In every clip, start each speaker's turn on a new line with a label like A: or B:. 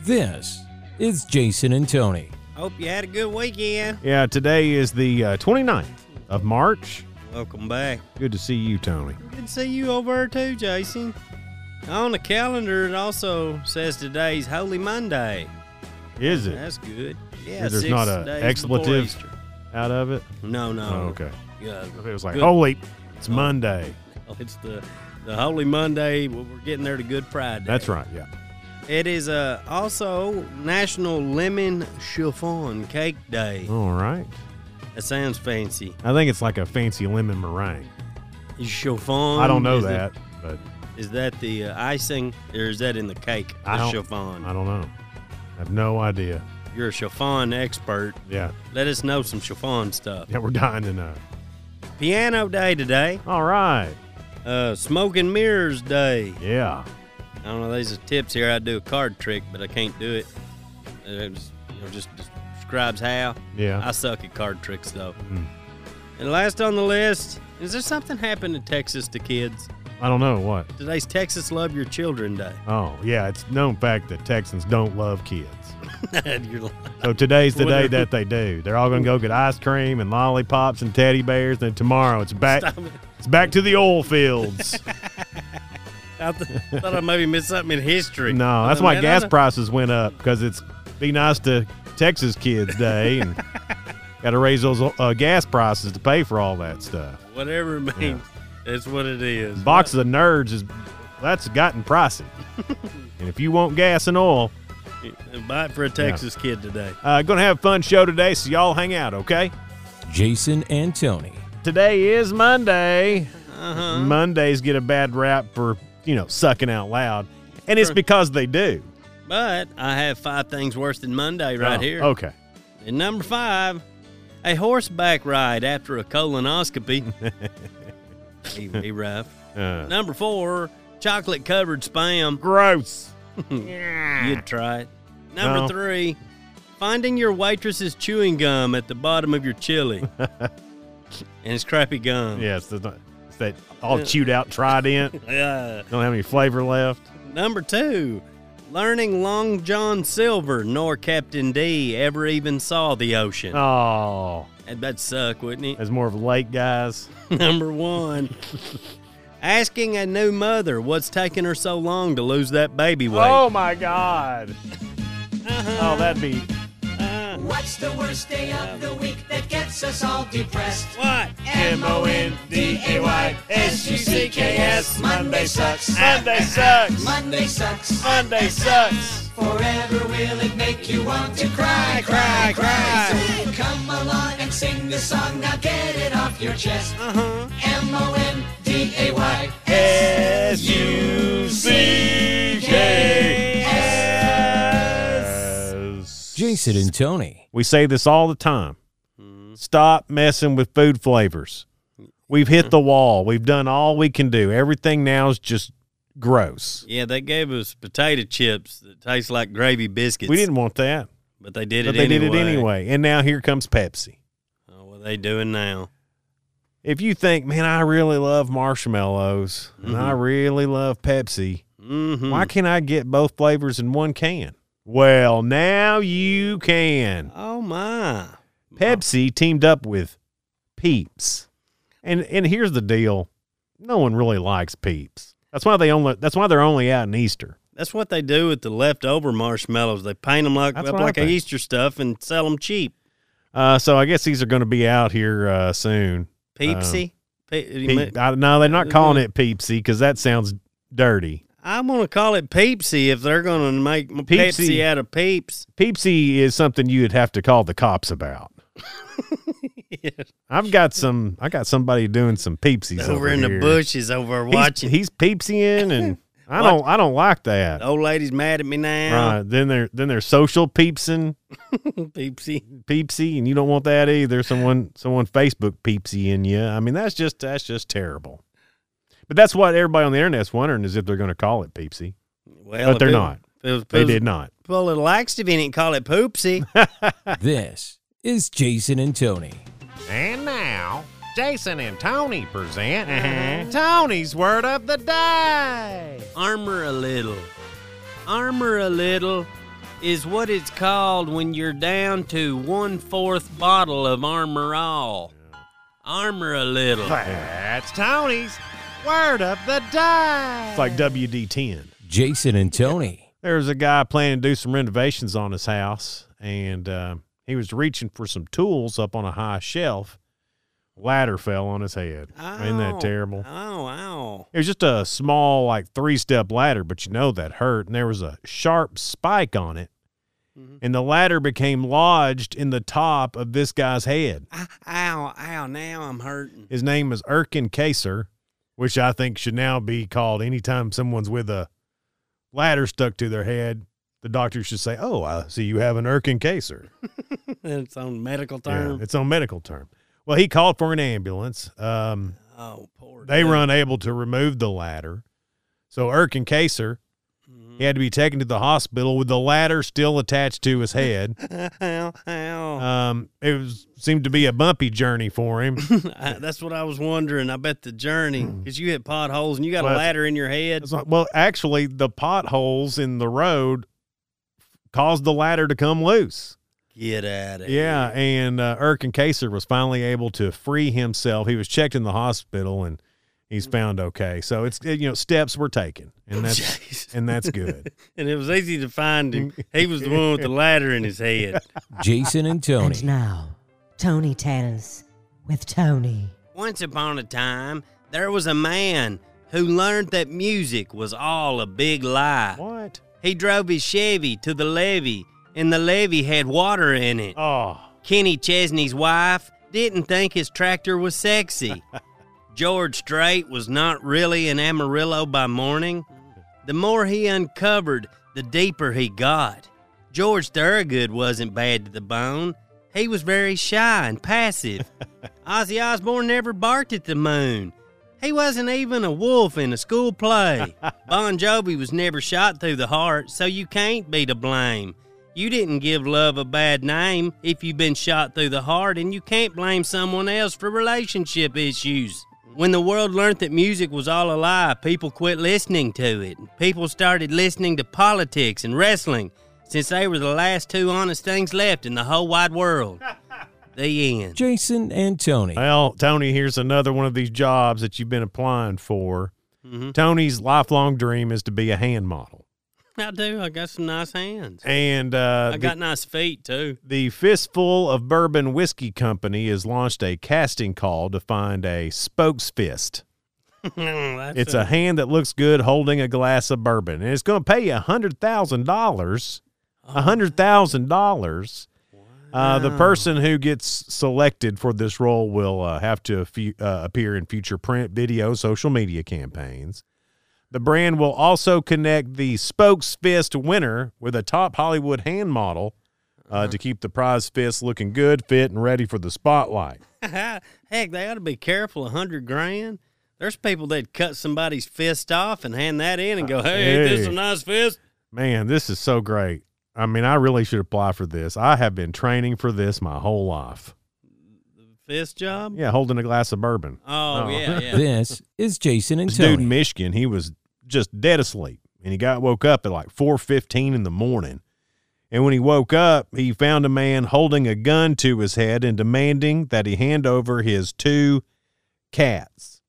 A: This is Jason and Tony.
B: Hope you had a good weekend.
C: Yeah, today is the uh, 29th of March.
B: Welcome back.
C: Good to see you, Tony.
B: Good to see you over there too, Jason. On the calendar, it also says today's Holy Monday.
C: Is it
B: That's good. Yeah,
C: There's
B: six
C: not a
B: days
C: expletive?
B: before Easter.
C: out of it?
B: No, no.
C: Oh, okay.
B: Yeah,
C: It was like,
B: Good. Oh.
C: holy, it's Monday.
B: well, it's the the Holy Monday. Well, we're getting there to Good Friday.
C: That's right. Yeah.
B: It is uh, also National Lemon Chiffon Cake Day.
C: All right.
B: That sounds fancy.
C: I think it's like a fancy lemon meringue.
B: Chiffon.
C: I don't know
B: Mmm, is the-
C: that, but
B: Is that the uh, icing or is that in the cake? The
C: I don't-
B: chiffon.
C: I don't know. I have no idea.
B: You're a chiffon expert.
C: Yeah.
B: Let us know some chiffon stuff.
C: Yeah, we're dying to know.
B: Piano day today.
C: All right.
B: Uh, smoke and mirrors day.
C: Yeah.
B: I don't know. These are tips here. I do a card trick, but I can't do it. Uh, It was- you know, just describes how. I
C: Yeah.
B: suck at card tricks though.
C: Mm.
B: And last on the list, is there something happened in Texas to kids?
C: I don't know what.
B: Today's Texas Love Your Children Day.
C: Oh, yeah. It's known fact that Texans don't love kids.
B: You're like,
C: So today's the day
B: Wonder-
C: that they do. They're all going to go get ice cream and lollipops and teddy bears. And then tomorrow it's back.
B: Stop it.
C: It's back to the oil fields.
B: I th- thought I maybe missed something in history.
C: no,
B: I
C: that's
B: thought,
C: why
B: man, I
C: gas
B: don't-
C: prices went up because it's be nice to Texas kids day and got to raise those uh, gas prices to pay for all that stuff.
B: Whatever it means, that's what it is.
C: Box of nerds is that's gotten pricey. and if you want gas and oil,
B: Buy it for a Texas kid today.
C: uh, going to have a fun show today. So y'all hang out, okay?
A: Jason and Tony.
C: Today is Monday.
B: Uh-huh.
C: Mondays get a bad rap for you know sucking out loud, and it's
B: Sure.
C: because they do.
B: But I have five things worse than Monday right
C: Oh,
B: here.
C: Okay.
B: And number five, a horseback ride after a colonoscopy. he, he rough.
C: Uh,
B: Number four, chocolate covered spam.
C: Gross.
B: You'd try it. Number
C: No.
B: three, finding your waitress's chewing gum at the bottom of your chili. and it's crappy gum.
C: Yes, that's not- it's that all chewed out trident.
B: Yeah.
C: Don't have any flavor left.
B: Number two, learning Long John Silver nor Captain D ever even saw the ocean.
C: Oh,
B: And That'd suck, wouldn't
C: that's more of late guys.
B: it? Number one, asking a new mother what's taking her so long to lose that baby weight.
C: Oh my God.
D: Uh-huh.
C: Oh, that'd be
D: What's the worst day of the week that gets us all depressed?
B: What?
D: M O N D A Y S U C K S. Monday sucks.
C: Monday sucks.
D: Monday sucks.
C: Monday sucks.
D: Forever will it make you want to cry, cry, cry. So come along and sing the song. Now get it off your chest. M O N D A Y S U C K S.
A: Jason and Tony.
C: We say this all the time.
B: Mm-hmm.
C: Stop messing with food flavors. We've hit the wall. We've done all we can do. Everything now is just gross.
B: Yeah, they gave us potato chips that taste like gravy biscuits.
C: We didn't want that,
B: but they did
C: but
B: it
C: they
B: anyway.
C: did it anyway. And now here comes Pepsi.
B: Oh, what are they doing now?
C: If you think, man, I really love marshmallows and I really love Pepsi,
B: Mm-hmm.
C: why can't I get both flavors in one can? Well, now you can.
B: Oh my!
C: Pepsi teamed up with Peeps. And and here's the deal. No one really likes Peeps. That's why they only that's why they're only out in Easter.
B: That's what they do with the leftover marshmallows. They paint them like
C: That's
B: up
C: what I
B: like a
C: think.
B: Easter stuff and sell them cheap.
C: Uh, so I guess these are going to be out here uh, soon.
B: Peepsy. Pe- you Mm-hmm. mean-
C: Um, Peep, I, no, they're not calling it Peepsy because that sounds dirty.
B: I want to call it Peepsy if they're going to make m- Pepsi.
C: Peepsy.
B: out of Peeps.
C: Peepsy is something you'd have to call the cops about. I've got some. I got somebody doing some peepsies over,
B: over in the
C: here.
B: bushes over
C: He's-
B: watching.
C: He's, peepsying, and I don't. I don't like
B: the
C: that.
B: old lady's mad at me now.
C: Right. Then they're then they're social peepsing,
B: Peepsy.
C: peepsy, and you don't want that either. Someone someone Facebook peepsy in you. I mean, that's just that's just terrible. But that's what everybody on the internet's wondering is if they're going to call it peepsy.
B: Well,
C: But they're
B: if it-
C: not.
B: if it was- if
C: They
B: it was
C: did not.
B: Pull a little laxative in it and call it Poopsy.
A: This is Jason and Tony.
C: And now, Jason and Tony present Mm-hmm. Tony's word of the day.
B: Armor a little. Armor a little. is what it's called when you're down to one fourth bottle of Armor All. Armor a little.
C: That's Tony's word of the day. It's like WD10.
A: Jason and Tony.
C: There was a guy planning to do some renovations on his house, and uh, he was reaching for some tools up on a high shelf. Ladder fell on his head. Ain't
B: Ow.
C: that terrible?
B: Oh, wow.
C: It was just a small, like three step ladder, but you know that hurt. And there was a sharp spike on it. And the ladder became lodged in the top of this guy's head.
B: Ow, ow, now I'm hurting.
C: His name is Erkin Kaser, which I think should now be called anytime someone's with a ladder stuck to their head. The doctor should say, Oh, I see you have an Erkin Kaser.
B: It's on medical
C: Yeah,
B: term.
C: it's a medical term. Well, he called for an ambulance. Um,
B: Oh, poor.
C: they
B: dude.
C: were unable to remove the ladder. So Erkin Kaser, he had to be taken to the hospital with the ladder still attached to his head.
B: Ow, ow.
C: Um, it was, seemed to be a bumpy journey for him.
B: I, that's what I was wondering. I bet the journey,
C: Hmm.
B: because you hit potholes and you got
C: Well,
B: a
C: that's-
B: ladder in your head.
C: It's like, well, actually, the potholes in the road caused the ladder to come loose.
B: Get at it.
C: Yeah, and uh, Erkin Kaser was finally able to free himself. He was checked in the hospital, and he's found okay. So it's you know steps were taken, and that's
B: Jeez.
C: and that's good.
B: And it was easy to find him. He was the one with the ladder in his head.
A: Jason and
E: And
A: Tony.
E: now, Tony Tales with Tony.
B: Once upon a time, there was a man who learned that music was all a big lie.
C: what?
B: He drove his Chevy to the levee, and the levee had water in it.
C: Oh,
B: Kenny Chesney's wife didn't think his tractor was sexy. George Strait was not really an Amarillo by morning. The more he uncovered, the deeper he got. George Thorogood wasn't bad to the bone. He was very shy and passive. Ozzy Osbourne never barked at the moon. He wasn't even a wolf in a school play. Bon Jovi was never shot through the heart, so you can't be to blame. You didn't give love a bad name if you've been shot through the heart, and you can't blame someone else for relationship issues. When the world learned that music was all a lie, people quit listening to it. People started listening to politics and wrestling, since they were the last two honest things left in the whole wide world. The end.
A: Jason and Tony.
C: Well, Tony, here's another one of these jobs that you've been applying for. Tony's lifelong dream is to be a hand model,
B: I do. I got some nice hands.
C: and uh,
B: I
C: the-
B: got nice feet too.
C: The Fistful of Bourbon Whiskey Company has launched a casting call to find a spokesfist.
B: That's
C: It's Mm, a hand that looks good holding a glass of bourbon, and it's going to pay you hundred thousand dollars. A hundred thousand dollars. Uh, the person who gets selected for this role will uh, have to fu- uh, appear in future print, video, social media campaigns. The brand will also connect the spokesfist winner with a top Hollywood hand model uh, to keep the prize fist looking good, fit, and ready for the spotlight.
B: heck. They ought to be careful. A hundred grand. There's people that cut somebody's fist off and hand that in and go, "Hey, ain't this
C: hey.
B: a nice fist?"
C: Man, this is so great. I mean, I really should apply for this. I have been training for this my whole life.
B: Fist job.
C: Yeah, holding a glass of bourbon.
B: Oh,
C: Oh.
B: yeah, yeah.
A: This is Jason and
C: This dude in
A: Tony.
C: Michigan, he was just dead asleep, and he got woke up at like four fifteen in the morning. And when he woke up, he found a man holding a gun to his head and demanding that he hand over his two cats.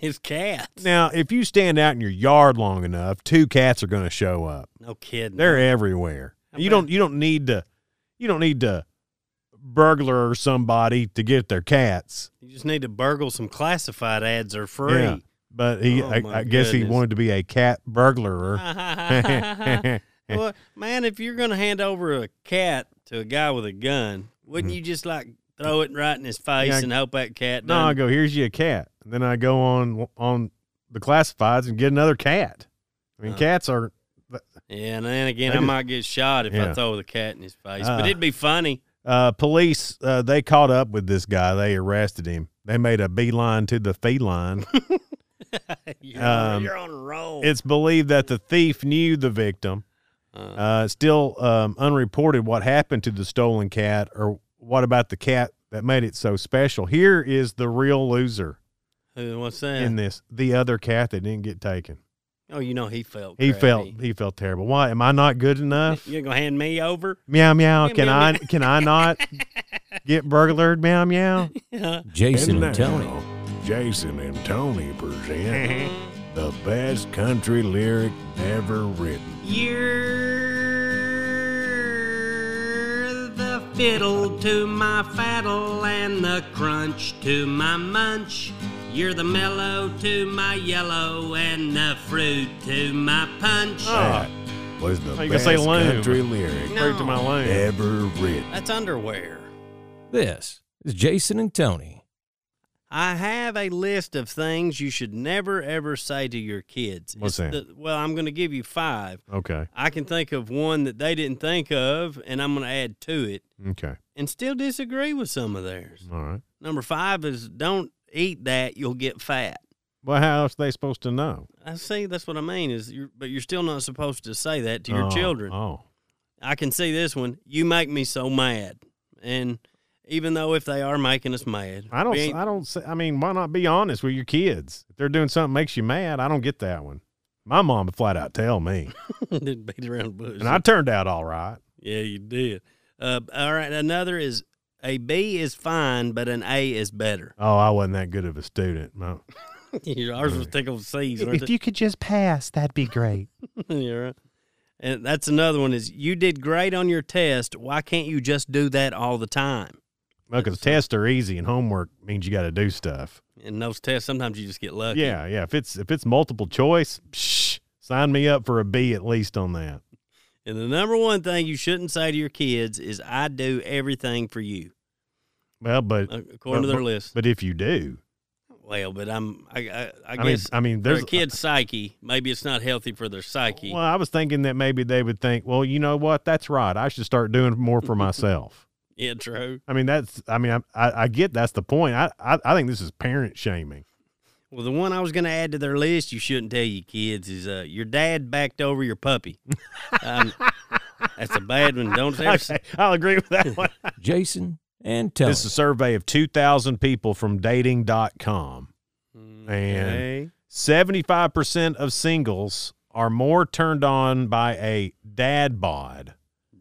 B: His cat.
C: Now, if you stand out in your yard long enough, two cats are going to show up.
B: No kidding.
C: They're everywhere.
B: I
C: You
B: bet.
C: don't you don't need to you don't need to burglar somebody to get their cats.
B: You just need to burgle some classified ads. They're free.
C: Yeah. But he
B: Oh,
C: I,
B: my
C: I guess he
B: goodness.
C: wanted to be a cat burglarer.
B: well, man, if you're gonna hand over a cat to a guy with a gun, wouldn't you just like throw it right in his face
C: Yeah, I-
B: and hope that cat?
C: no, I
B: doesn't-
C: go, here's you a cat. Then I go on on the classifieds and get another cat. I mean
B: Oh.
C: cats are
B: Yeah, and then again,
C: They
B: I
C: just-
B: might get shot if
C: Yeah.
B: I throw the cat in his face.
C: Uh.
B: but it'd be funny.
C: uh, police uh, they caught up with this guy. They arrested him. They made a beeline to the feline.
B: You're,
C: Um,
B: you're on a roll.
C: it's believed that the thief knew the victim.
B: Uh,
C: Uh, it's still um, unreported what happened to the stolen cat or what about the cat that made it so special. Here is the real loser
B: who- what's that?
C: in this the other cat that didn't get taken.
B: Oh, you know he felt.
C: He
B: crappy.
C: felt he felt terrible. Why am I not good enough?
B: You're gonna hand me over?
C: meow meow.
B: Meow,
C: Can
B: meow,
C: I can I not get burglared? Meow meow.
A: Jason and Tony.
F: now, Jason and Tony present the best country lyric ever written.
B: You're the fiddle to my faddle and the crunch to my munch. You're the mellow to my yellow and the fruit to my punch.
C: Ah,
F: Was the
C: Oh, you gonna
F: best
C: say loom.
F: country lyric
C: straight to my lane.
F: ever written.
B: That's underwear.
A: This is Jason and Tony.
B: I have a list of things you should never ever say to your kids.
C: What's
B: It's
C: that?
B: the- well, I'm going to give you five.
C: Okay.
B: I can think of one that they didn't think of, and I'm going to add to it
C: Okay.
B: and still disagree with some of theirs.
C: All right.
B: Number five is don't eat that, you'll get fat.
C: Well, how else are they supposed to know?
B: I see. That's what I mean. Is you're, but you're still not supposed to say that to your
C: Oh,
B: children.
C: Oh.
B: I can see this one. You make me so mad, and even though if they are making us mad, we
C: I don't.
B: ain't-
C: I don't. Say, I mean, why not be honest with your kids? If they're doing something that makes you mad, I don't get that one. My mom would flat out tell me,
B: didn't beat around the bush.
C: and I turned out all right.
B: yeah, you did. Uh, all right. Another is a B is fine, but an A is better.
C: Oh, I wasn't that good of a student. No.
B: Ours was tickled C's. weren't it?
C: you could just pass, that'd be great.
B: yeah, right. And that's another one is you did great on your test. Why can't you just do that all the time?
C: Well, because tests are easy, and homework means you got to do stuff.
B: And those tests, sometimes you just get lucky.
C: Yeah, yeah. If it's if it's multiple choice, psh, sign me up for a B at least on that.
B: And the number one thing you shouldn't say to your kids is "I do everything for you,"
C: Well, but
B: according to
C: but-
B: their list.
C: But if you do,
B: well, but I'm I I, I
C: I, mean,
B: guess
C: I mean,
B: for
C: there's
B: a kid's psyche. Maybe it's not healthy for their psyche.
C: Well, I was thinking that maybe they would think, well, you know what? That's right. I should start doing more for myself.
B: Yeah, true.
C: I mean, that's. I mean, I, I, I get that's the point. I, I, I think this is parent shaming.
B: Well, the one I was going to add to their list you shouldn't tell your kids is uh, your dad backed over your puppy. um, that's a bad one. Don't ever.
C: Okay, I'll agree with that one.
A: Jason and Tony.
C: this is a survey of two thousand people from Dating.com.
B: Okay.
C: And seventy-five percent of singles are more turned on by a dad bod.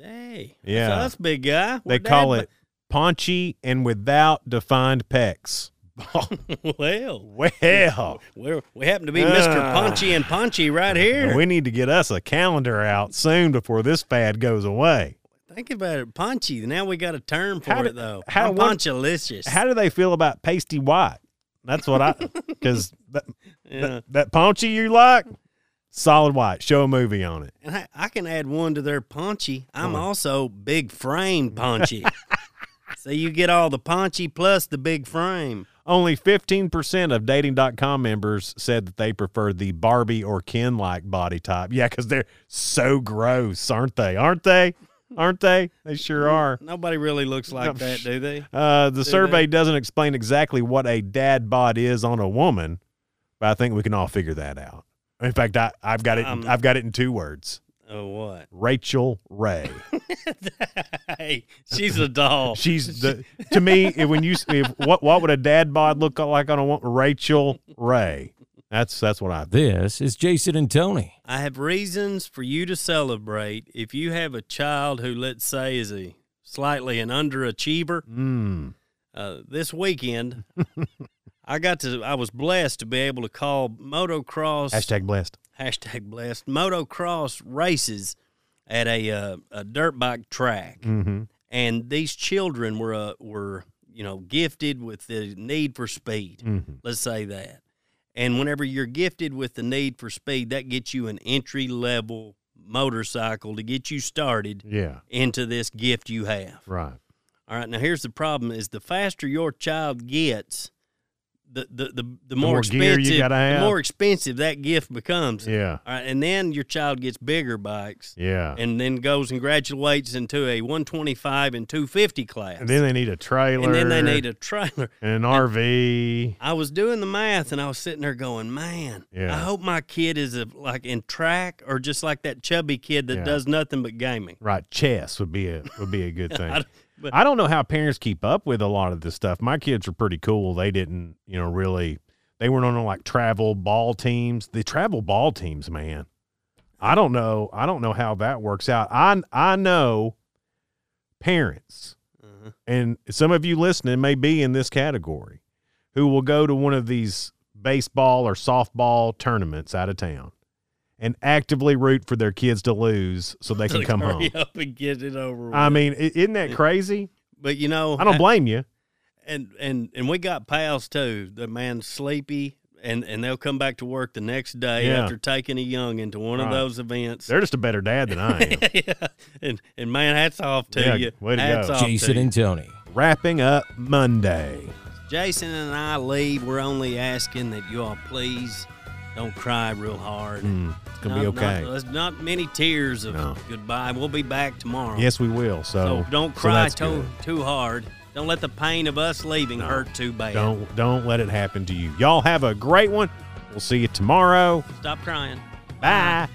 B: Hey,
C: Yeah.
B: that's us, big guy.
C: They
B: We're
C: call
B: dad
C: it paunchy and without defined pecs.
B: bu- well,
C: Well,
B: we're, we happen to be Mr.
C: Ah.
B: Paunchy and Paunchy right here.
C: we need to get us a calendar out soon before this fad goes away.
B: Think about it, Paunchy. Now we got a term for
C: How
B: it
C: do-
B: though.
C: how-
B: I'm
C: what-
B: Paunchalicious.
C: How do they feel about pasty white? That's what I because that,
B: Yeah.
C: that that paunchy you like, solid white. Show a movie on it.
B: And I, I can add one to their paunchy. I'm also big frame paunchy. so you get all the paunchy plus the big frame.
C: Only fifteen percent of dating.com members said that they prefer the Barbie or Ken like body type. Yeah, because they're so gross, aren't they? Aren't they? Aren't they? They sure are.
B: Nobody really looks like
C: No.
B: that, do they?
C: Uh, the
B: they?
C: survey doesn't explain exactly what a dad bod is on a woman, but I think we can all figure that out. In fact, I, I've got it.
B: Um,
C: I've got it in two words:
B: Oh what?
C: Rachel Ray.
B: hey, she's a doll.
C: She's the to me if- when you s- if, what what would a dad bod look like on a woman? Rachel Ray. That's that's what I. think.
A: This is Jason and Tony.
B: I have reasons for you to celebrate if you have a child who, let's say, is a slightly an underachiever.
C: Mm.
B: Uh, this weekend, I got to. I was blessed to be able to call motocross
C: Hashtag blessed.
B: hashtag blessed motocross races at a uh, a dirt bike track,
C: Mm-hmm.
B: and these children were uh, were you know gifted with the need for speed.
C: Mm-hmm.
B: Let's say that. And whenever you're gifted with the need for speed, that gets you an entry level motorcycle to get you started
C: Yeah.
B: into this gift you have.
C: Right.
B: All right. Now here's the problem is the faster your child gets, the the, the, the, more,
C: more gear you
B: expensive
C: gotta have.
B: the more expensive that gift becomes.
C: Yeah.
B: All right, and then your child gets bigger bikes
C: Yeah.
B: and then goes and graduates into a 125 and 250 class.
C: And then they need a trailer.
B: and then they need a trailer.
C: and an RV.
B: I was doing the math and I was sitting there going, man,
C: Yeah.
B: I hope my kid is a, like in track or just like that chubby kid that
C: Yeah.
B: does nothing but gaming.
C: Right, chess would be a would be a good thing.
B: I, but
C: I don't know how parents keep up with a lot of this stuff. My kids are pretty cool. They didn't, you know, really They weren't on like travel ball teams. The travel ball teams, man. I don't know. I don't know how that works out. I I know parents
B: Uh-huh.
C: and some of you listening may be in this category who will go to one of these baseball or softball tournaments out of town and actively root for their kids to lose so they can
B: Like,
C: come home.
B: hurry up and get it over.
C: I
B: with.
C: mean, i- isn't that crazy?
B: but you know,
C: I don't blame you.
B: and and and we got pals too. The man's sleepy, and and they'll come back to work the next day
C: Yeah.
B: after taking a young into one
C: Right.
B: of those events.
C: They're just a better dad than I am.
B: yeah, and and man, hats off to
C: Yeah,
B: you.
C: way to
B: hats
C: go.
B: off
A: Jason
B: to you.
A: and Tony.
C: Wrapping up Monday.
B: Jason and I leave. We're only asking that you all please don't cry real hard.
C: Mm, it's going to be
B: Not- not-
C: okay.
B: There's not many tears of
C: No.
B: goodbye. We'll be back tomorrow.
C: yes, we will. So,
B: So don't cry
C: that's
B: too,
C: good.
B: too hard. Don't let the pain of us leaving hurt too bad.
C: Don't don't let it happen to you. Y'all have a great one. We'll see you tomorrow.
B: Stop crying.
C: Bye.